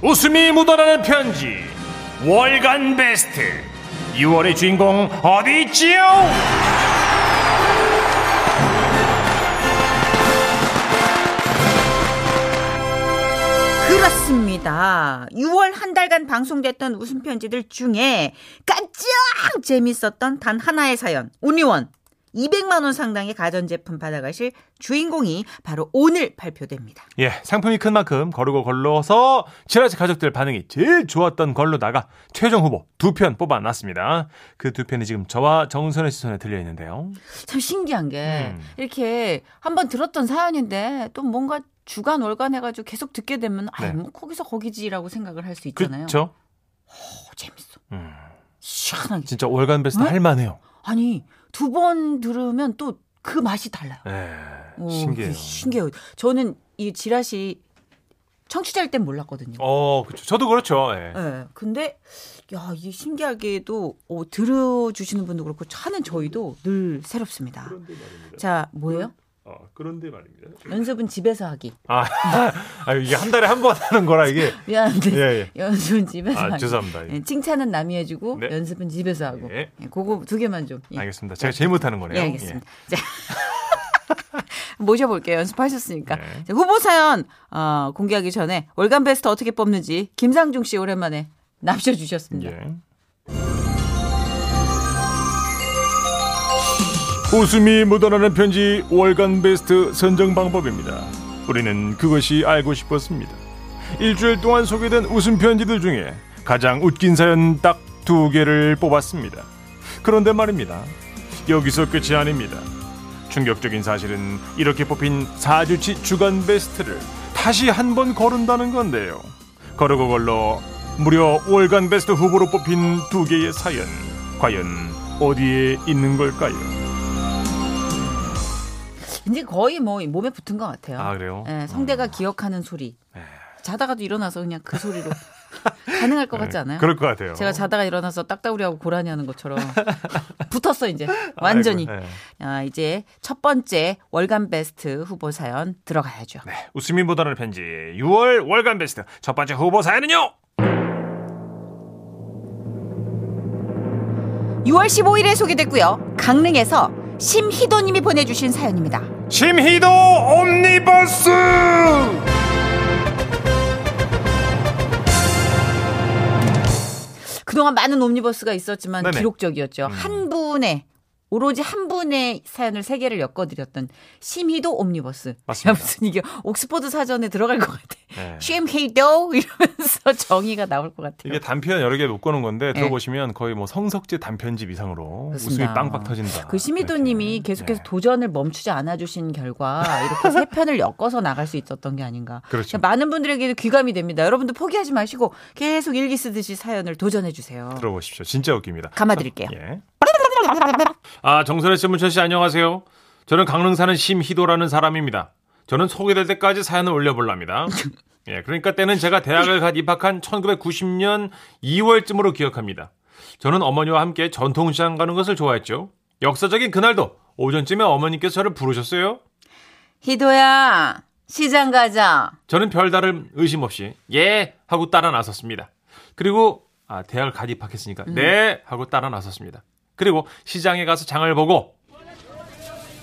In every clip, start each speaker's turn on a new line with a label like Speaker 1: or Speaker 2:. Speaker 1: 웃음이 묻어나는 편지 월간 베스트 6월의 주인공 어디 있지요?
Speaker 2: 그렇습니다. 6월 한 달간 방송됐던 웃음 편지들 중에 깜짝 재밌었던 단 하나의 사연. 온리원 200만 원 상당의 가전제품 받아가실 주인공이 바로 오늘 발표됩니다.
Speaker 3: 예, 상품이 큰 만큼 거르고 걸러서 지라시 가족들 반응이 제일 좋았던 걸로다가 최종 후보 두 편 뽑아놨습니다. 그 두 편이 지금 저와 정선혜 씨 손에 들려 있는데요.
Speaker 2: 참 신기한 게
Speaker 3: 음.
Speaker 2: 이렇게 한번 들었던 사연인데 또 뭔가 주간 월간 해가지고 계속 듣게 되면 아유
Speaker 3: 네.
Speaker 2: 뭐 거기서 거기지라고 생각을 할 수 있잖아요.
Speaker 3: 그렇죠?
Speaker 2: 어, 재밌어.
Speaker 3: 음,
Speaker 2: 시원하게.
Speaker 3: 진짜 월간 베스트
Speaker 2: 응?
Speaker 3: 할만해요.
Speaker 2: 아니 두 번 들으면 또 그 맛이 달라요.
Speaker 3: 예,
Speaker 2: 오,
Speaker 3: 신기해요.
Speaker 2: 그 신기해요. 저는 이 지라시 청취자일 땐 몰랐거든요.
Speaker 3: 어, 그렇죠. 저도 그렇죠. 예.
Speaker 2: 예. 근데 야, 이 신기하게도 어, 들어주시는 분도 그렇고 하는 저희도 늘 새롭습니다. 자, 뭐예요?
Speaker 3: 아, 그런데 말입니다.
Speaker 2: 연습은 집에서 하기.
Speaker 3: 아, 아, 이게 한 달에 한 번 하는 거라 이게.
Speaker 2: 미안한데
Speaker 3: 예, 예.
Speaker 2: 연습은 집에서
Speaker 3: 아,
Speaker 2: 하기.
Speaker 3: 죄송합니다. 예.
Speaker 2: 예, 칭찬은 남이 해주고
Speaker 3: 네.
Speaker 2: 연습은 집에서 하고.
Speaker 3: 예.
Speaker 2: 예, 그거 두 개만 좀. 예.
Speaker 3: 알겠습니다. 제가 제일 못하는 거네요.
Speaker 2: 예, 알겠습니다. 자. 모셔볼게요. 연습하셨으니까.
Speaker 3: 네.
Speaker 2: 자, 후보 사연 어, 공개하기 전에 월간 베스트 어떻게 뽑는지 김상중 씨 오랜만에 납셔
Speaker 3: 예.
Speaker 2: 주셨습니다.
Speaker 3: 예.
Speaker 1: 웃음이 묻어나는 편지 월간 베스트 선정 방법입니다. 우리는 그것이 알고 싶었습니다. 일주일 동안 소개된 웃음 편지들 중에 가장 웃긴 사연 딱 두 개를 뽑았습니다. 그런데 말입니다. 여기서 끝이 아닙니다. 충격적인 사실은 이렇게 뽑힌 4주치 주간 베스트를 다시 한 번 거른다는 건데요. 거르고 걸러 무려 월간 베스트 후보로 뽑힌 두 개의 사연. 과연 어디에 있는 걸까요?
Speaker 2: 이제 거의 뭐 몸에 붙은 것 같아요.
Speaker 3: 아, 그래요? 예.
Speaker 2: 예, 성대가 기억하는 소리. 자다가도 일어나서 그냥 그 소리로 가능할 것 같지 않아요?
Speaker 3: 네, 그럴 것 같아요.
Speaker 2: 제가 자다가 일어나서 딱따구리하고 고라니 하는 것처럼 붙었어 이제 완전히.
Speaker 3: 아이고, 예.
Speaker 2: 아, 이제 첫 번째 월간 베스트 후보 사연 들어가야죠.
Speaker 3: 웃음이 보다는 편지 6월 월간 베스트 첫 번째 후보 사연은요
Speaker 2: 6월 15일에 소개됐고요. 강릉에서 심희도님이 보내주신 사연입니다.
Speaker 3: 심희도 옴니버스
Speaker 2: 네. 그동안 많은 옴니버스가 있었지만
Speaker 3: 네네. 음.
Speaker 2: 기록적이었죠. 한 분의 오로지 한 분의 사연을 세 개를 엮어드렸던 심희도 옴니버스.
Speaker 3: 맞습니다. 네.
Speaker 2: 무슨 이게 옥스퍼드 사전에 들어갈 것 같아. 네.
Speaker 1: 네.
Speaker 2: 심희도 이러면서 정의가 나올 것 같아요.
Speaker 3: 이게 단편 여러 개 묶어놓은 건데
Speaker 2: 네.
Speaker 3: 들어보시면 거의 뭐 성석재 단편집 이상으로
Speaker 2: 그렇습니다.
Speaker 3: 웃음이 빵빵 터진다.
Speaker 2: 그 심희도님이
Speaker 3: 이렇게.
Speaker 2: 계속해서
Speaker 3: 아, 네.
Speaker 2: 도전을 멈추지 않아주신 결과 이렇게 세 편을 엮어서 나갈 수 있었던 게 아닌가. 그러니까
Speaker 3: 그렇죠.
Speaker 2: 많은 분들에게도 귀감이 됩니다. 여러분도 포기하지 마시고 계속 일기 쓰듯이 사연을 도전해 주세요.
Speaker 3: 들어보십시오. 진짜 웃깁니다.
Speaker 2: 감아드릴게요.
Speaker 3: 그렇죠. 예. 아 정선혜 씨, 문철 씨 안녕하세요. 저는 강릉 사는 심희도라는 사람입니다. 저는 소개될 때까지 사연을 올려볼랍니다. 예, 그러니까 때는 제가 대학을 갓 입학한 1990년 2월쯤으로 기억합니다. 저는 어머니와 함께 전통시장 가는 것을 좋아했죠. 역사적인 그날도 오전쯤에 어머니께서 저를 부르셨어요.
Speaker 2: 희도야 시장 가자.
Speaker 3: 저는 별다른 의심 없이 예 하고 따라 나섰습니다. 그리고 아 대학을 갓 입학했으니까 네 하고 따라 나섰습니다. 그리고 시장에 가서 장을 보고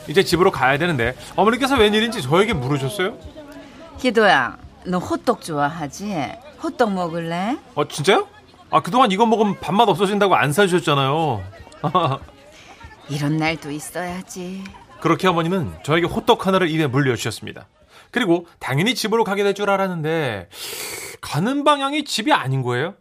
Speaker 3: 이제 집으로 가야 되는데 어머니께서 웬일인지 저에게 물으셨어요.
Speaker 2: 희도야 너 호떡 좋아하지? 호떡 먹을래?
Speaker 3: 어 진짜요? 아 그동안 이거 먹으면 밥맛 없어진다고 안 사주셨잖아요.
Speaker 2: 이런 날도 있어야지.
Speaker 3: 그렇게 어머니는 저에게 호떡 하나를 입에 물려주셨습니다. 그리고 당연히 집으로 가게 될 줄 알았는데 가는 방향이 집이 아닌 거예요.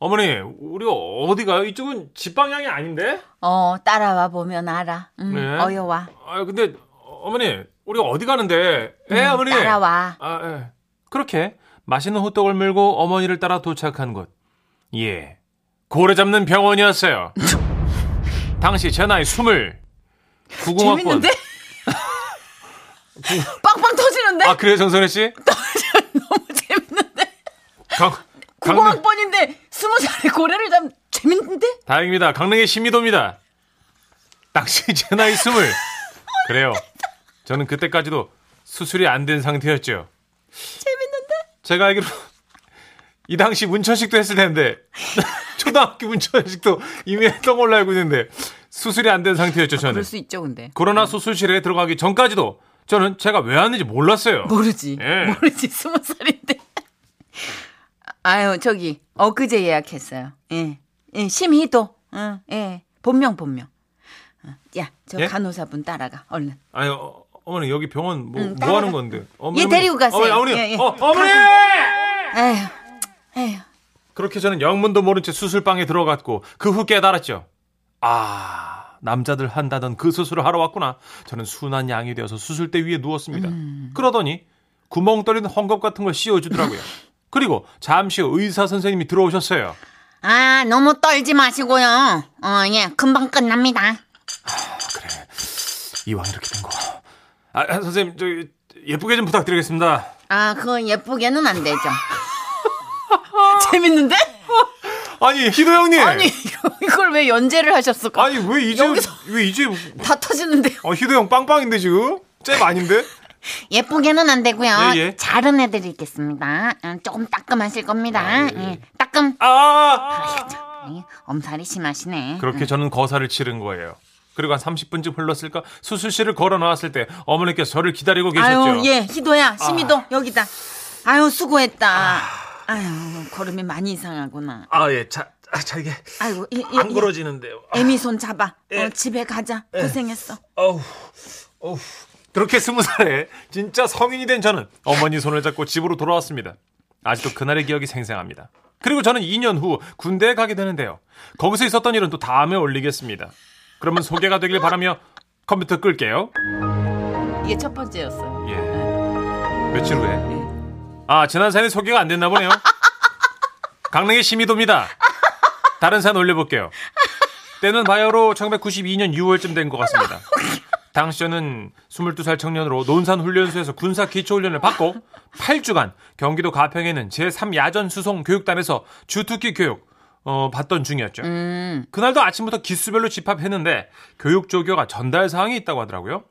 Speaker 3: 어머니, 우리 어디 가요? 이쪽은 집 방향이 아닌데?
Speaker 2: 어 따라와 보면 알아. 음,
Speaker 3: 네.
Speaker 2: 어여와.
Speaker 3: 아 근데 어머니, 우리 어디 가는데? 예,
Speaker 2: 음,
Speaker 3: 어머니.
Speaker 2: 따라와.
Speaker 3: 아, 예. 그렇게 맛있는 호떡을 물고 어머니를 따라 도착한 곳. 예. 고래 잡는 병원이었어요. 당시 제 나이 스물. 구공학번.
Speaker 2: 재밌는데? 빵빵 터지는데?
Speaker 3: 아 그래요, 정선혜 씨?
Speaker 2: 너무 재밌는데?
Speaker 3: 강, 강릉.
Speaker 2: 국어학번인데 스무 살에 고래를 잡 재밌는데?
Speaker 3: 다행입니다. 강릉의 심이도입니다. 당시 제 나이 스물. 그래요. 저는 그때까지도 수술이 안 된 상태였죠.
Speaker 2: 재밌는데?
Speaker 3: 제가 알기로 이 당시 문천식도 했을 텐데 초등학교 문천식도 이미 했던 걸로 알고 있는데 수술이 안 된 상태였죠 저는.
Speaker 2: 그럴 수 있죠, 근데.
Speaker 3: 코로나 수술실에 들어가기 전까지도 저는 제가 왜 왔는지 몰랐어요.
Speaker 2: 모르지.
Speaker 3: 예.
Speaker 2: 모르지. 스무 살인데. 아유, 저기, 엊그제 예약했어요. 예. 예, 심희도. 응, 예. 본명, 본명. 어, 야, 저
Speaker 3: 예?
Speaker 2: 간호사분 따라가, 얼른.
Speaker 3: 아니 어, 머니 여기 병원 뭐,
Speaker 2: 응,
Speaker 3: 뭐
Speaker 2: 따라가.
Speaker 3: 하는 건데?
Speaker 2: 얘 데리고 가세요.
Speaker 3: 어머니, 어머니,
Speaker 2: 예, 예.
Speaker 3: 어, 어머니!
Speaker 2: 에휴, 에휴.
Speaker 3: 그렇게 저는 영문도 모른 채 수술방에 들어갔고 그 후 깨달았죠. 아 남자들 한다던 그 수술을 하러 왔구나. 저는 순한 양이 되어서 수술대 위에 누웠습니다.
Speaker 2: 음.
Speaker 3: 그러더니 구멍 뚫린 헝겊 같은 걸 씌워주더라고요. 그리고 잠시 후 의사 선생님이 들어오셨어요.
Speaker 4: 아, 너무 떨지 마시고요. 어, 예, 금방 끝납니다.
Speaker 3: 이왕 이렇게 된 거. 아, 아, 선생님 저 예쁘게 좀 부탁드리겠습니다.
Speaker 4: 아, 그건 예쁘게는 안 되죠.
Speaker 2: 재밌는데?
Speaker 3: 아니 희도 형님.
Speaker 2: 아니, 이걸 왜 연재를 하셨을까?
Speaker 3: 아니, 왜 이제
Speaker 2: 여기서-
Speaker 3: 왜 이제
Speaker 2: 다 터지는데요.
Speaker 3: 어, 희도 형 빵빵인데 지금 잼 아닌데?
Speaker 4: 예쁘게는 안 되고요.
Speaker 3: 예, 예.
Speaker 4: 잘은 해드리겠습니다. 음, 조금 따끔하실 겁니다. 예, 따끔.
Speaker 3: 아.
Speaker 4: 아이, 엄살이 심하시네.
Speaker 3: 그렇게 저는 거사를 치른 거예요. 그리고 한 30분쯤 흘렀을까 수술실을 걸어 나왔을 때 어머니께서 저를 기다리고 계셨죠.
Speaker 2: 아유, 예, 희도야, 심희도, 여기다. 아유, 수고했다. 아유, 걸음이 많이 이상하구나.
Speaker 3: 아, 예. 자, 아, 자 이게
Speaker 2: 아이고, 이, 이,
Speaker 3: 안
Speaker 2: 이-
Speaker 3: 걸어지는데요. 아,
Speaker 2: 애미 손 잡아.
Speaker 3: 예.
Speaker 2: 어, 집에 가자. 고생했어.
Speaker 3: 어우. 어우. 그렇게 스무 살에 진짜 성인이 된 저는 어머니 손을 잡고 집으로 돌아왔습니다. 아직도 그날의 기억이 생생합니다. 그리고 저는 2년 후 군대에 가게 되는데요. 거기서 있었던 일은 또 다음에 올리겠습니다. 그러면 소개가 되길 바라며 컴퓨터 끌게요.
Speaker 2: 이게 첫 번째였어요.
Speaker 3: 예. 며칠 후에. 아, 지난 사연이 소개가 안 됐나 보네요. 강릉의 심이도입니다. 다른 사연 올려볼게요. 때는 바야흐로 1992년 6월쯤 된 것 같습니다. 당시 저는 22살 청년으로 논산훈련소에서 군사 기초훈련을 받고 8주간 경기도 가평에 있는 제3야전 수송 교육단에서 주특기 교육 어, 받던 중이었죠. 그날도 아침부터 기수별로 집합했는데 교육 조교가 전달 사항이 있다고 하더라고요.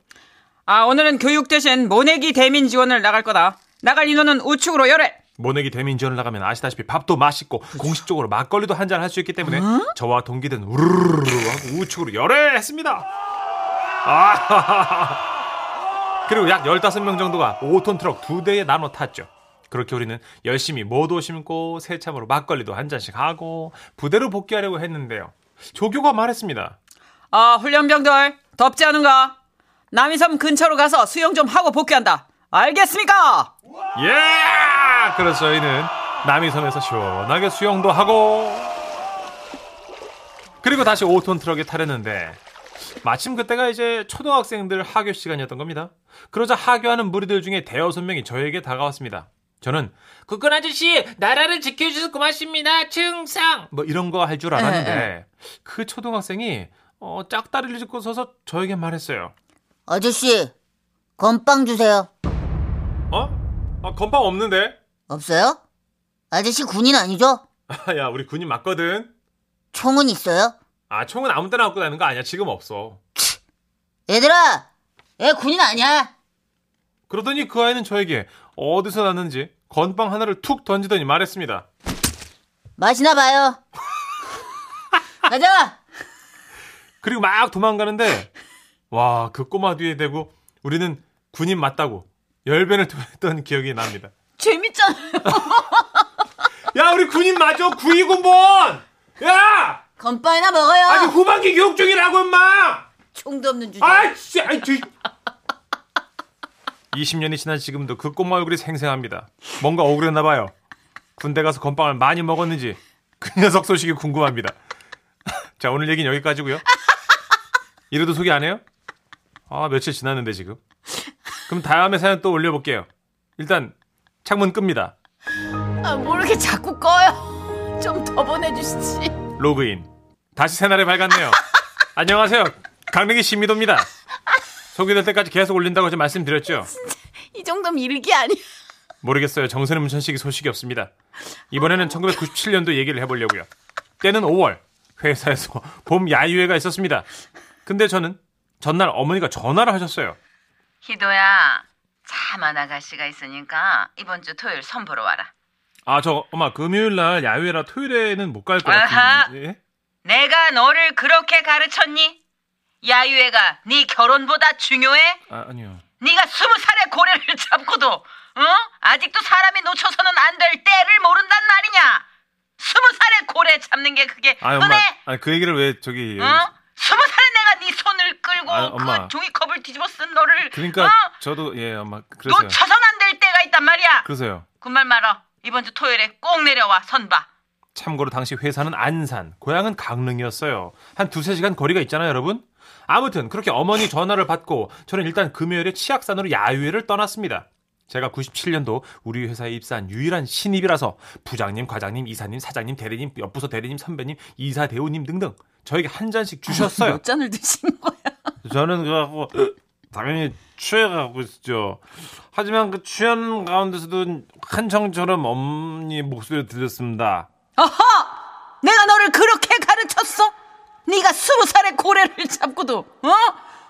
Speaker 5: 아, 오늘은 교육 대신 모내기 대민 지원을 나갈 거다. 나갈 인원은 우측으로 열해.
Speaker 3: 모내기 대민지원을 나가면 아시다시피 밥도 맛있고 공식적으로 막걸리도 한 잔 할 수 있기 때문에 저와 동기들은 우르르르 하고 우측으로 열애했습니다. 아, 그리고 약 15명 정도가 5톤 트럭 두 대에 나눠 탔죠. 그렇게 우리는 열심히 모도 심고 새참으로 막걸리도 한 잔씩 하고 부대로 복귀하려고 했는데요. 조교가 말했습니다.
Speaker 5: 아, 훈련병들, 덥지 않은가? 남이섬 근처로 가서 수영 좀 하고 복귀한다. 알겠습니까?
Speaker 3: 예! 그래서 저희는 남이섬에서 시원하게 수영도 하고 그리고 다시 5톤 트럭에 타려는데 마침 그때가 이제 초등학생들 하교 시간이었던 겁니다. 그러자 하교하는 무리들 중에 대여섯 명이 저에게 다가왔습니다. 저는 국군 아저씨 나라를 지켜주셔서 고맙습니다. 충성 뭐 이런 거 할 줄 알았는데 그 초등학생이 어, 짝다리를 짚고 서서 저에게 말했어요.
Speaker 4: 아저씨, 건빵 주세요.
Speaker 3: 어? 아, 건빵 없는데?
Speaker 4: 없어요? 아저씨 군인 아니죠?
Speaker 3: 야 우리 군인 맞거든.
Speaker 4: 총은 있어요?
Speaker 3: 아, 총은 아무 때나 갖고 다니는 거 아니야. 지금 없어.
Speaker 4: 얘들아, 얘 군인 아니야.
Speaker 3: 그러더니 그 아이는 저에게 어디서 났는지 건빵 하나를 툭 던지더니 말했습니다.
Speaker 4: 마시나 봐요. 가자.
Speaker 3: 그리고 막 도망가는데 와, 그 꼬마 뒤에 대고 우리는 군인 맞다고 열변을 토했던 기억이 납니다.
Speaker 2: 재밌잖아요.
Speaker 3: 야, 우리 군인 맞아. 구이군본. 야!
Speaker 4: 건빵이나 먹어요.
Speaker 3: 아직 후반기 교육 중이라고 엄마.
Speaker 4: 총도 없는 주제.
Speaker 3: 아, 진짜. 아이, 뒤. 20년이 지난 지금도 그 꼬마 얼굴이 생생합니다. 뭔가 억울했나 봐요. 군대 가서 건빵을 많이 먹었는지 그 녀석 소식이 궁금합니다. 자, 오늘 얘기는 여기까지고요. 이래도 소개 안 해요? 아, 며칠 지났는데 지금. 그럼 다음에 사연 또 올려볼게요. 일단 창문 끕니다.
Speaker 2: 아,
Speaker 4: 뭐
Speaker 2: 모르게 자꾸 꺼요. 좀 더 보내주시지.
Speaker 3: 로그인. 다시 새날이 밝았네요. 안녕하세요. 강릉의 시미도입니다. 소개될 때까지 계속 올린다고 제가 말씀드렸죠.
Speaker 2: 이 정도면 일기 아니야.
Speaker 3: 모르겠어요. 정선의 문천식이 소식이 없습니다. 이번에는 1997년도 얘기를 해보려고요. 때는 5월 회사에서 봄 야유회가 있었습니다. 근데 저는 전날 어머니가 전화를 하셨어요.
Speaker 5: 희도야, 참한 아가씨가 있으니까 이번 주 토요일 선보러 와라.
Speaker 3: 아, 저 엄마 금요일 날 야외라 토요일에는 못 갈 것
Speaker 5: 아하.
Speaker 3: 같은데. 예?
Speaker 5: 내가 너를 그렇게 가르쳤니? 야유애가 네 결혼보다 중요해?
Speaker 3: 아, 아니요.
Speaker 5: 네가 스무 살의 고래를 잡고도 어? 아직도 사람이 놓쳐서는 안 될 때를 모른단 말이냐? 스무 살의 고래 잡는 게 그게
Speaker 3: 아, 엄마.
Speaker 5: 흔해?
Speaker 3: 아, 그 얘기를 왜 저기
Speaker 5: 어? 스무 살에 내가 네 손을 끌고
Speaker 3: 아, 엄마.
Speaker 5: 그 종이컵을 뒤집어 쓴 너를
Speaker 3: 그러니까
Speaker 5: 어?
Speaker 3: 저도 예, 엄마. 그래서요.
Speaker 5: 놓쳐선 안 될 때가 있단 말이야.
Speaker 3: 그래서요.
Speaker 5: 군말 말어. 이번 주 토요일에 꼭 내려와 선봐.
Speaker 3: 참고로 당시 회사는 안산, 고향은 강릉이었어요. 한 두세 시간 거리가 있잖아요, 여러분. 아무튼 그렇게 어머니 전화를 받고 저는 일단 금요일에 치악산으로 야유회를 떠났습니다. 제가 97년도 우리 회사에 입사한 유일한 신입이라서 부장님, 과장님, 이사님, 사장님, 대리님, 옆부서 대리님, 선배님, 이사 대우님 등등 저에게 한 잔씩 주셨어요.
Speaker 5: 잔을 드신 거야?
Speaker 3: 저는 그래갖고 당연히 취해가고 있죠. 하지만 그 취한 가운데서도 한청처럼 어머니 목소리 들렸습니다.
Speaker 5: 어허! 내가 너를 그렇게 가르쳤어? 네가 스무 살의 고래를 잡고도 어?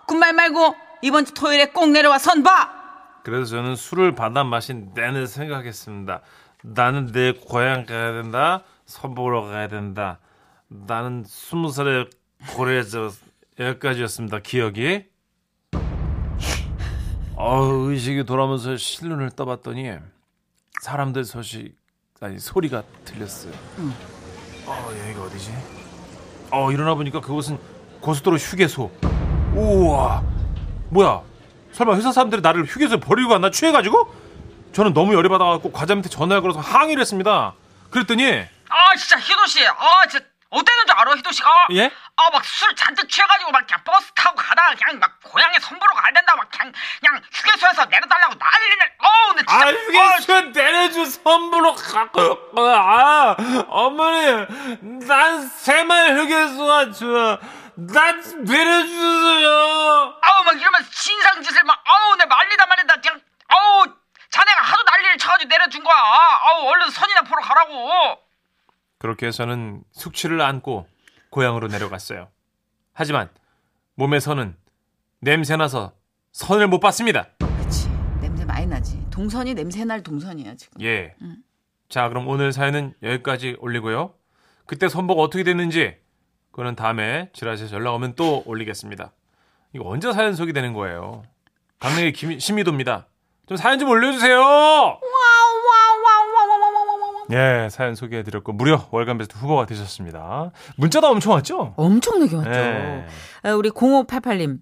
Speaker 5: 군말 말고 이번 주 토요일에 꼭 내려와 선봐.
Speaker 3: 그래서 저는 술을 받아 마신 내내 생각했습니다. 나는 내 고향 가야 된다. 서부로 가야 된다. 나는 스무 살에 고려해서 여기까지였습니다. 기억이. 어 의식이 돌아면서 실눈을 떠봤더니 사람들 소식 아니 소리가 들렸어요. 어 여기가 어디지? 어 일어나 보니까 그곳은 고속도로 휴게소. 우와 뭐야? 설마 회사 사람들이 나를 휴게소에 버리고 갔나 취해가지고? 저는 너무 열이 받아갖고 과장님한테 전화를 걸어서 항의를 했습니다. 그랬더니
Speaker 5: 아 진짜 희도 씨, 아 진짜 어땠는지 알아 희도 씨가?
Speaker 3: 예?
Speaker 5: 아 막 술 잔뜩 취해가지고 막 그냥 버스 타고 가다가 그냥 막 고향에 선보러 가야 된다 막 그냥 그냥 휴게소에서 내려달라고 난리를. 어 근데 진짜 어,
Speaker 3: 아, 내려준 선물로 갖고 아 어머니 난 새말 휴게소가 좋아 난 내려주세요
Speaker 5: 아우 막 이러면서 진상 짓을 막 아우 내 말리다 말리다 그냥 아우 자네가 하도 난리를 쳐가지고 내려준 거야 아우 얼른 선이나 보러 가라고
Speaker 3: 그렇게 해서는 숙취를 안고 고향으로 내려갔어요 하지만 몸에서는 냄새나서 선을 못 봤습니다
Speaker 6: 그치 냄새 많이 나지 동선이 냄새 날 동선이야 지금
Speaker 3: 예. 자, 그럼 오늘 사연은 여기까지 올리고요. 그때 선보가 어떻게 됐는지 그거는 다음에 지라시에서 연락 오면 또 올리겠습니다. 이거 언제 사연 소개되는 거예요? 강릉의 김, 신미도입니다. 좀 사연 좀 올려주세요. 예, 사연 소개해드렸고 무려 월간 베스트 후보가 되셨습니다. 문자도 엄청 왔죠?
Speaker 2: 엄청나게 왔죠.
Speaker 3: 예.
Speaker 2: 아, 우리 0588님.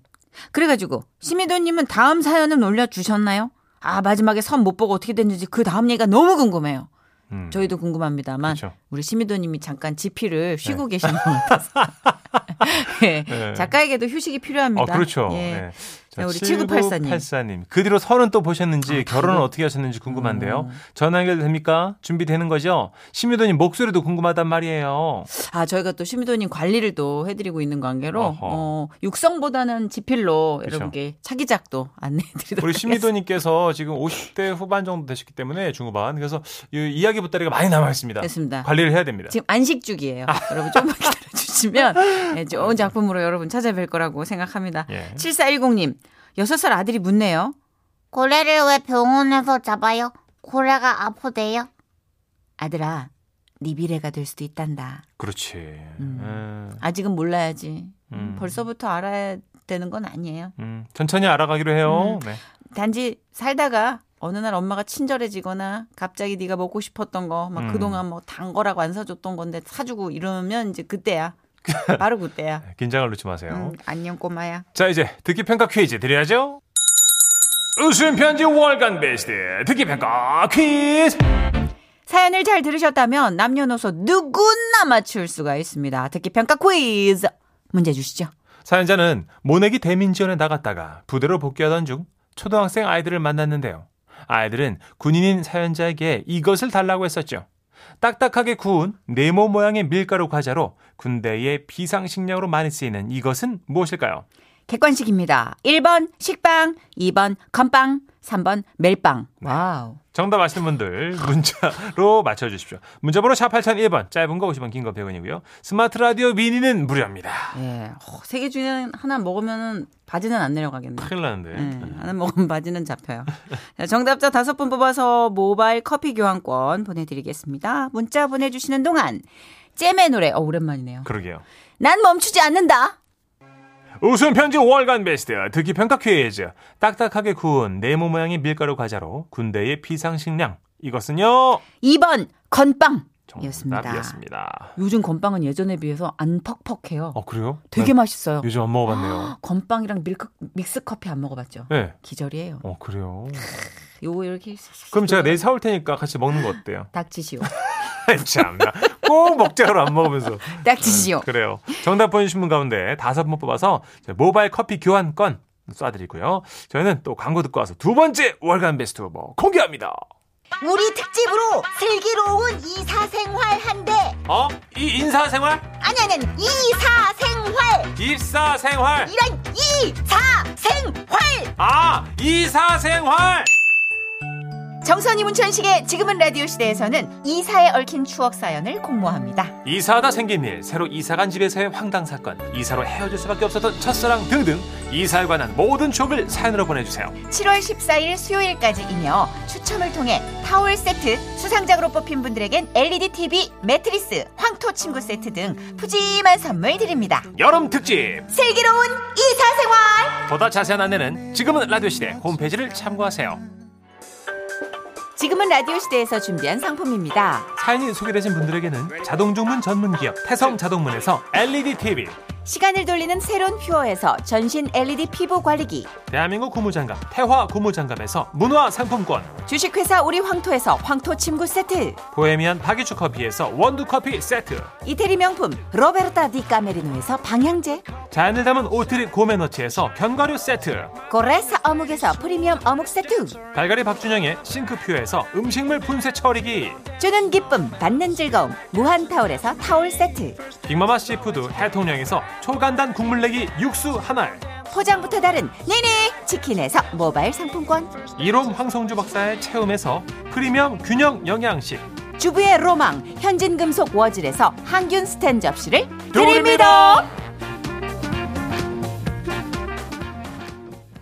Speaker 2: 그래가지고 심희도님은 다음 사연은 올려주셨나요? 아 마지막에 선 못 보고 어떻게 됐는지 그 다음 얘기가 너무 궁금해요.
Speaker 3: 음.
Speaker 2: 저희도 궁금합니다만
Speaker 3: 그쵸.
Speaker 2: 우리 심희도님이 잠깐 지피를 쉬고 계시는 것 같아서 예,
Speaker 3: 네.
Speaker 2: 작가에게도 휴식이
Speaker 3: 어,
Speaker 2: 필요합니다.
Speaker 3: 그렇죠.
Speaker 2: 예.
Speaker 3: 예. 자,
Speaker 2: 네, 우리 7984 님. 아,
Speaker 3: 7984 님. 그 뒤로 선은 또 보셨는지 결혼은 어떻게 하셨는지 궁금한데요.
Speaker 2: 음.
Speaker 3: 전화 연결됩니까? 준비되는 거죠? 심유도님 목소리도 궁금하단 말이에요.
Speaker 2: 아 저희가 또 심희도님 관리를 또 해드리고 있는 관계로
Speaker 3: 어허.
Speaker 2: 어, 육성보다는 지필로
Speaker 3: 그쵸.
Speaker 2: 여러분께 차기작도 안내해드리도록
Speaker 3: 우리
Speaker 2: 하겠습니다.
Speaker 3: 심유도님께서 지금 50대 후반 정도 되셨기 때문에 중후반. 그래서 이 이야기 보따리가 많이 남아 있습니다.
Speaker 2: 됐습니다.
Speaker 3: 관리를 해야 됩니다.
Speaker 2: 지금 안식 중이에요. 여러분 좀만 기다려주시면 예, 좋은 작품으로 여러분 찾아뵐 거라고 생각합니다.
Speaker 3: 예.
Speaker 2: 7410님, 6살 아들이 묻네요.
Speaker 4: 고래를 왜 병원에서 잡아요? 고래가 아프대요?
Speaker 2: 아들아, 네 미래가 될 수도 있단다.
Speaker 3: 그렇지. 음.
Speaker 2: 아직은 몰라야지.
Speaker 3: 음.
Speaker 2: 벌써부터 알아야 되는 건 아니에요.
Speaker 3: 음. 천천히 알아가기로 해요.
Speaker 2: 음.
Speaker 3: 네.
Speaker 2: 단지 살다가 어느 날 엄마가 친절해지거나 갑자기 네가 먹고 싶었던 거 막
Speaker 3: 음.
Speaker 2: 그동안 뭐 단 거라고 안 사줬던 건데 사주고 이러면 이제 그때야. 바로 그때야.
Speaker 3: 네, 긴장을 놓지 마세요.
Speaker 2: 음, 안녕 꼬마야.
Speaker 3: 자 이제 듣기 평가 퀴즈 드려야죠. 웃음 편지 월간 베스트 듣기 평가 퀴즈.
Speaker 2: 사연을 잘 들으셨다면 남녀노소 누구나 맞출 수가 있습니다. 듣기 평가 퀴즈 문제 주시죠.
Speaker 3: 사연자는 모내기 대민지원에 나갔다가 부대로 복귀하던 중 초등학생 아이들을 만났는데요. 아이들은 군인인 사연자에게 이것을 달라고 했었죠. 딱딱하게 구운 네모 모양의 밀가루 과자로 군대의 비상식량으로 많이 쓰이는 이것은 무엇일까요?
Speaker 2: 객관식입니다. 1번 식빵, 2번 건빵, 3번 멜빵. 와우.
Speaker 3: 정답 아시는 분들 문자로 맞춰주십시오. 문자번호 샵 8001번 짧은 거 50원 긴 거 100원이고요. 스마트 라디오 미니는 무료입니다.
Speaker 6: 예. 세개 중에 하나 먹으면은 바지는 안 내려가겠네.
Speaker 3: 큰일 나는데.
Speaker 6: 예, 하나 먹으면 바지는 잡혀요. 자, 정답자 다섯 분 뽑아서 모바일 커피 교환권 보내드리겠습니다. 문자 보내주시는 동안 잼의 노래, 어, 오랜만이네요.
Speaker 3: 그러게요.
Speaker 6: 난 멈추지 않는다.
Speaker 3: 웃음 편지 5월간 베스트 듣기 평가 퀴즈 딱딱하게 구운 네모 모양의 밀가루 과자로 군대의 비상식량 이것은요
Speaker 6: 2번 건빵.
Speaker 3: 정답이었습니다.
Speaker 6: 요즘 건빵은 예전에 비해서 안 퍽퍽해요.
Speaker 3: 어 그래요?
Speaker 6: 되게
Speaker 3: 난
Speaker 6: 맛있어요. 아.
Speaker 3: 요즘 안 먹어봤네요.
Speaker 6: 건빵이랑 밀크, 믹스 커피 안 먹어봤죠?
Speaker 3: 네.
Speaker 6: 기절이에요.
Speaker 3: 어 그래요.
Speaker 6: 요거 이렇게
Speaker 3: 그럼 제가 내일 사올 테니까 같이 먹는 거 어때요?
Speaker 6: 닥치시오.
Speaker 3: 참나 꼭 먹자로 안 먹으면서
Speaker 6: 닥치시오.
Speaker 3: 그래요. 정답 보내주신 분 가운데 다섯 분 뽑아서 저희 모바일 커피 교환권 쏴드리고요. 저희는 또 광고 듣고 와서 두 번째 월간 베스트 후보 공개합니다.
Speaker 7: 우리 특집으로 슬기로운 이사생활 한대
Speaker 3: 어? 이 인사생활?
Speaker 7: 아니 아니 아니 이사생활
Speaker 3: 입사생활?
Speaker 7: 이런 이사생활
Speaker 3: 아 이사생활
Speaker 2: 정선이 문천식의 지금은 라디오 시대에서는 이사에 얽힌 추억 사연을 공모합니다.
Speaker 3: 이사하다 생긴 일 새로 이사간 집에서의 황당 사건 이사로 헤어질 수밖에 없었던 첫사랑 등등 이사에 관한 모든 추억을 사연으로 보내주세요
Speaker 2: 7월 14일 수요일까지이며 추첨을 통해 타월 세트, 수상작으로 뽑힌 분들에겐 LED TV, 매트리스, 황토 침구 세트 등 푸짐한 선물 드립니다.
Speaker 3: 여름 특집
Speaker 2: 슬기로운 이사생활!
Speaker 3: 보다 자세한 안내는 지금은 라디오 시대 홈페이지를 참고하세요
Speaker 2: 지금은 라디오 시대에서 준비한 상품입니다.
Speaker 3: 사연이 소개되신 분들에게는 자동 주문 전문 기업 태성 자동문에서 LED TV
Speaker 2: 시간을 돌리는 새로운 퓨어에서 전신 LED 피부 관리기,
Speaker 3: 대한민국 고무장갑 태화 고무장갑에서 문화 상품권
Speaker 2: 주식회사 우리 황토에서 황토 침구 세트,
Speaker 3: 보헤미안 파기추 커피에서 원두 커피 세트
Speaker 2: 이태리 명품 로베르타 디 까메리노에서 방향제,
Speaker 3: 자연을 담은 오트리 고메너치에서 견과류 세트
Speaker 2: 고레사 어묵에서 프리미엄 어묵 세트,
Speaker 3: 갈갈이 박준영의 싱크퓨에서 음식물 분쇄 처리기
Speaker 2: 주는 기쁨, 받는 즐거움, 무한 타올에서 타올 세트,
Speaker 3: 빅마마 씨푸드 해통령에서 초간단 국물 내기 육수 하나
Speaker 2: 포장부터 다른 니니 치킨에서 모바일 상품권,
Speaker 3: 이롬 황성주 박사의 체험에서 프리미엄 균형 영양식
Speaker 2: 주부의 로망 현진금속 워즐에서 항균 스탠 접시를 드립니다.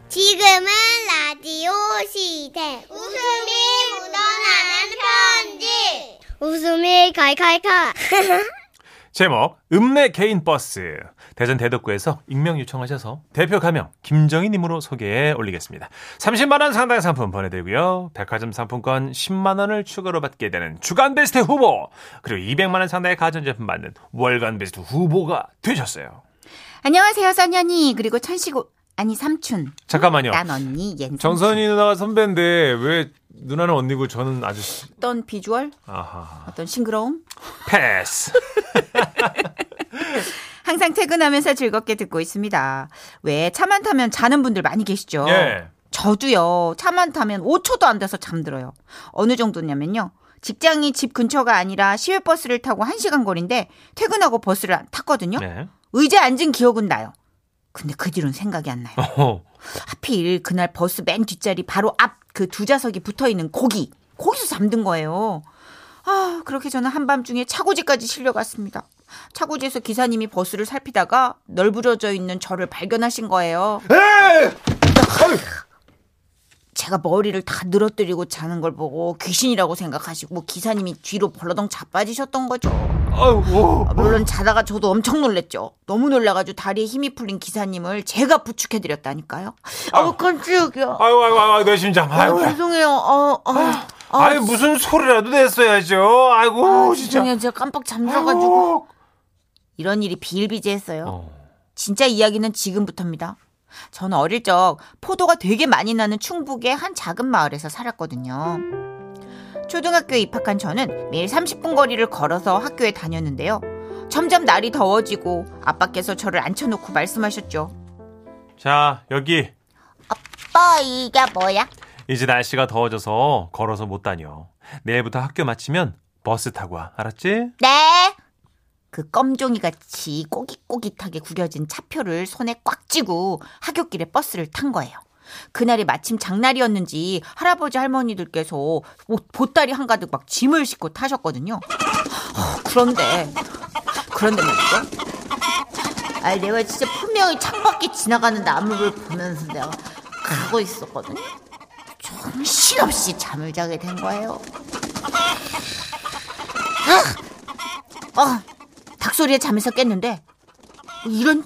Speaker 7: 지금은 라디오 시대 웃음이 묻어나는 편지 웃음이 칼칼칼
Speaker 3: 제목 읍내 개인 버스 대전 대덕구에서 익명 요청하셔서 대표 가명 김정희님으로 소개해 올리겠습니다 30만 원 상당의 상품 보내드리고요 백화점 상품권 10만 원을 추가로 받게 되는 주간 베스트 후보 그리고 200만 원 상당의 가전제품 받는 월간 베스트 후보가 되셨어요
Speaker 2: 안녕하세요, 선현이. 그리고 천시고, 아니, 삼촌.
Speaker 3: 잠깐만요
Speaker 2: 난 언니, 옌.
Speaker 3: 정선이 누나가 선배인데 왜 누나는 언니고 저는 아저씨?
Speaker 2: 어떤 비주얼?
Speaker 3: 아하.
Speaker 2: 어떤 싱그러움?
Speaker 3: 패스.
Speaker 2: 항상 퇴근하면서 즐겁게 듣고 있습니다. 왜 차만 타면 자는 분들 많이 계시죠?
Speaker 3: 예.
Speaker 2: 저도요. 차만 타면 5초도 안 돼서 잠들어요. 어느 정도냐면요. 직장이 집 근처가 아니라 시외버스를 타고 1시간 거리인데 퇴근하고 버스를 탔거든요.
Speaker 3: 네.
Speaker 2: 의자에 앉은 기억은 나요. 근데 그 뒤로는 생각이 안 나요.
Speaker 3: 어.
Speaker 2: 하필 그날 버스 맨 뒷자리 바로 앞 그 두 좌석이 붙어 있는 거기 거기서 잠든 거예요. 아 그렇게 저는 한밤중에 차고지까지 실려갔습니다. 차고지에서 기사님이 버스를 살피다가 널브러져 있는 저를 발견하신 거예요. 제가 머리를 다 늘어뜨리고 자는 걸 보고 귀신이라고 생각하시고 뭐 기사님이 뒤로 벌러덩 자빠지셨던 거죠.
Speaker 3: 아이고.
Speaker 2: 아, 물론 자다가 저도 엄청 놀랬죠. 너무 놀라가지고 다리에 힘이 풀린 기사님을 제가 부축해드렸다니까요. 아우 깜짝이야.
Speaker 3: 아이고 아이고 아이고 내 심장.
Speaker 2: 아,
Speaker 3: 아이고.
Speaker 2: 죄송해요. 어, 어, 아,
Speaker 3: 아이 무슨 소리라도 냈어야죠. 아이고 진짜.
Speaker 2: 죄송해요. 제가 깜빡 잠들어가지고
Speaker 3: 아이고.
Speaker 2: 이런 일이 비일비재했어요.
Speaker 3: 어.
Speaker 2: 진짜 이야기는 지금부터입니다. 저는 어릴 적 포도가 되게 많이 나는 충북의 한 작은 마을에서 살았거든요. 초등학교에 입학한 저는 매일 30분 거리를 걸어서 학교에 다녔는데요. 점점 날이 더워지고 아빠께서 저를 앉혀놓고 말씀하셨죠.
Speaker 3: 자 여기
Speaker 7: 어 이게 뭐야
Speaker 3: 이제 날씨가 더워져서 걸어서 못 다녀. 내일부터 학교 마치면 버스 타고 와. 알았지?
Speaker 7: 네
Speaker 6: 그 껌종이 같이 꼬깃꼬깃하게 구겨진 차표를 손에 꽉 쥐고 하굣길에 버스를 탄 거예요. 그날이 마침 장날이었는지 할아버지 할머니들께서 옷, 보따리 한가득 막 짐을 싣고 타셨거든요. 어, 그런데 그런데 말이죠. 아 내가 진짜 분명히 창밖에 지나가는 나무를 보면서 내가 가고 있었거든요. 정신없이 잠을 자게 된 거예요. 아, 아, 닭소리에 잠에서 깼는데 이런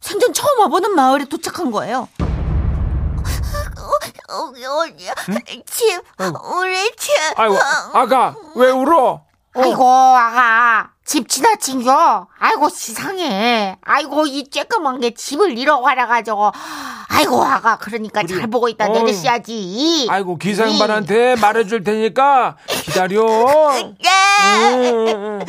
Speaker 6: 생전 처음 와보는 마을에 도착한 거예요. 어,
Speaker 7: 집 우리 집
Speaker 3: 아이고, 아가, 왜 울어?
Speaker 4: 아이고 아가 집 지나친 겨 아이고 시상해 아이고 이 쬐끄만 게 집을 잃어가라가지고 아이고 아가 그러니까 잘 보고 있다
Speaker 3: 어이.
Speaker 4: 내리셔야지
Speaker 3: 아이고, 기사양반한테 말해줄 테니까 기다려.
Speaker 4: 네.
Speaker 3: 음.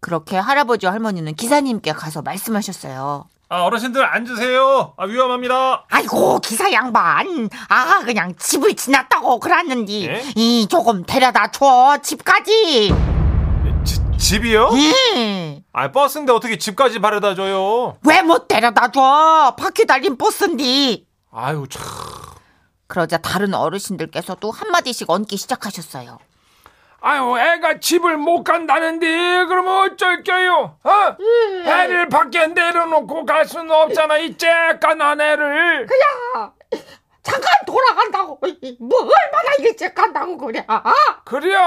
Speaker 6: 그렇게 할아버지와 할머니는 기사님께 가서 말씀하셨어요.
Speaker 3: 아, 어르신들 앉으세요. 아, 위험합니다.
Speaker 4: 아이고 기사 양반 아가 그냥 집을 지났다고 그랬는디
Speaker 3: 예?
Speaker 4: 이 조금 데려다 줘 집까지
Speaker 3: 지- 집이요?
Speaker 4: 예.
Speaker 3: 아, 버스인데 어떻게 집까지 바래다 줘요?
Speaker 4: 왜 못 데려다 줘 바퀴 달린 버스인디
Speaker 3: 아유, 참.
Speaker 6: 그러자 다른 어르신들께서 또 한마디씩 얹기 시작하셨어요.
Speaker 3: 아유, 애가 집을 못 간다는데, 그러면 어쩔게요? 어?
Speaker 5: 음.
Speaker 3: 애를 밖에 내려놓고 갈 수는 없잖아, 이 쬐깐한 애를.
Speaker 4: 잠깐 돌아간다고 뭐 얼마나 일찍 간다고 그래
Speaker 3: 그래요,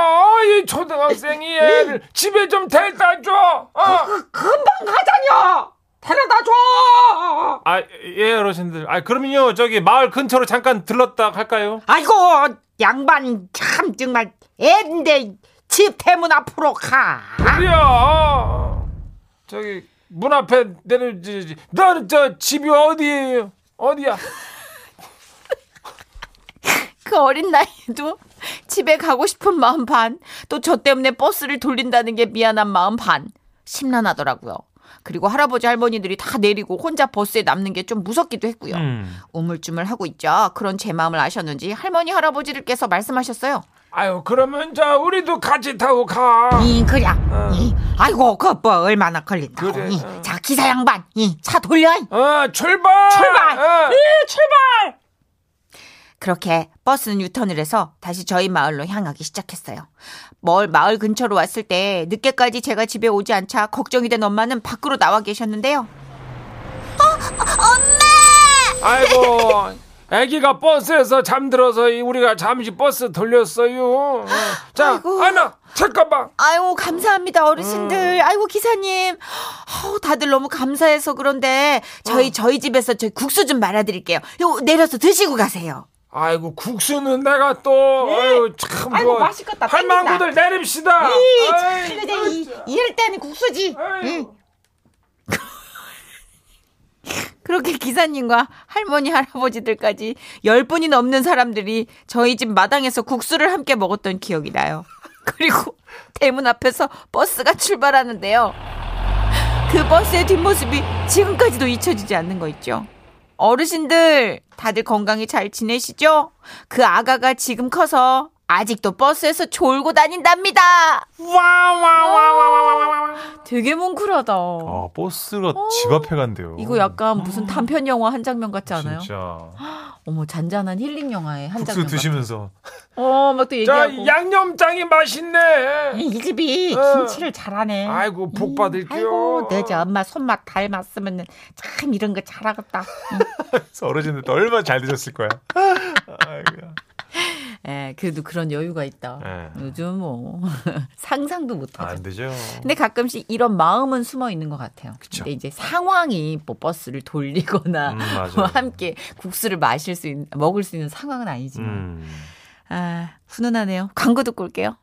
Speaker 3: 이 초등학생이 애를 집에 좀 데려다 줘. 어?
Speaker 4: 그, 금방 가자냐 데려다 줘
Speaker 3: 아, 예, 어르신들. 아, 그러면요, 저기 마을 근처로 잠깐 들렀다 갈까요?
Speaker 4: 아이고 양반 참 정말 애인데 집 대문 앞으로 가
Speaker 3: 그래요. 저기, 문 앞에 내려주지. 너는 저 집이 어디예요? 어디야?
Speaker 6: 그 어린 나이에도 집에 가고 싶은 마음 반, 또 저 때문에 버스를 돌린다는 게 미안한 마음 반, 심란하더라고요. 그리고 할아버지 할머니들이 다 내리고 혼자 버스에 남는 게 좀 무섭기도 했고요. 우물쭈물 하고 있죠. 그런 제 마음을 아셨는지 할머니 할아버지들께서 말씀하셨어요.
Speaker 3: 아유, 그러면 저, 우리도 같이 타고 가.
Speaker 4: 이 그래 이, 아이고 그뭐 얼마나 걸린다
Speaker 3: 그래, 어.
Speaker 4: 자 기사 양반 이, 차 돌려 이.
Speaker 3: 어, 출발!
Speaker 4: 출발!
Speaker 3: 어.
Speaker 6: 그렇게 버스는 유턴을 해서 다시 저희 마을로 향하기 시작했어요. 멀 마을 근처로 왔을 때 늦게까지 제가 집에 오지 않자 걱정이 된 엄마는 밖으로 나와 계셨는데요.
Speaker 3: 아이고, 아기가 버스에서 잠들어서 이 우리가 잠시 버스 돌렸어요. 어. 자, 하나, 잠깐만.
Speaker 6: 아유 감사합니다
Speaker 3: 음.
Speaker 6: 어르신들. 아이고 기사님. 아우, 다들 너무 감사해서 그런데
Speaker 3: 어.
Speaker 6: 저희 저희 집에서 저희 국수 좀 말아드릴게요. 요 내려서 드시고 가세요.
Speaker 3: 아이고, 국수는 내가 또, 아유, 참.
Speaker 5: 네. 아이고,
Speaker 3: 뭐,
Speaker 5: 맛있겠다.
Speaker 3: 할망구들 내립시다. 아이,
Speaker 4: 이럴 때는 국수지
Speaker 3: 아유.
Speaker 6: 그렇게 기사님과 할머니 할아버지들까지 열 분이 넘는 사람들이 저희 집 마당에서 국수를 함께 먹었던 기억이 나요. 그리고 대문 앞에서 버스가 출발하는데요. 그 버스의 뒷모습이 지금까지도 잊혀지지 않는 거 있죠. 어르신들 다들 건강히 잘 지내시죠? 그 아가가 지금 커서 아직도 버스에서 졸고 다닌답니다. 되게 뭉클하다.
Speaker 1: 아 버스가 집 앞에 간대요.
Speaker 6: 이거 약간 무슨 단편 영화 한 장면 같지 않아요?
Speaker 1: 진짜
Speaker 6: 어머 잔잔한 힐링 영화의 한
Speaker 1: 국수
Speaker 6: 장면. 같아.
Speaker 1: 드시면서
Speaker 6: 어, 막 또
Speaker 3: 자,
Speaker 6: 얘기하고.
Speaker 3: 양념장이 맛있네.
Speaker 4: 이 집이
Speaker 3: 어.
Speaker 4: 김치를 잘하네
Speaker 3: 아이고, 복 받을게요.
Speaker 4: 아이고 내 저 엄마 손맛 닮았으면 참 이런 거 잘하겠다
Speaker 1: 어르신들 또 얼마나 잘 드셨을 거야. 아이고.
Speaker 6: 예, 그래도 그런 여유가 있다.
Speaker 1: 예.
Speaker 6: 요즘 뭐 상상도 못 하죠.
Speaker 1: 안 되죠.
Speaker 6: 근데 가끔씩 이런 마음은 숨어 있는 것 같아요.
Speaker 1: 그쵸.
Speaker 6: 근데 이제 상황이 뭐 버스를 돌리거나
Speaker 1: 음, 맞아요.
Speaker 6: 뭐 함께 국수를 마실 수 있는 먹을 수 있는 상황은 아니지만
Speaker 1: 음.
Speaker 6: 아, 훈훈하네요. 광고 듣고 올게요.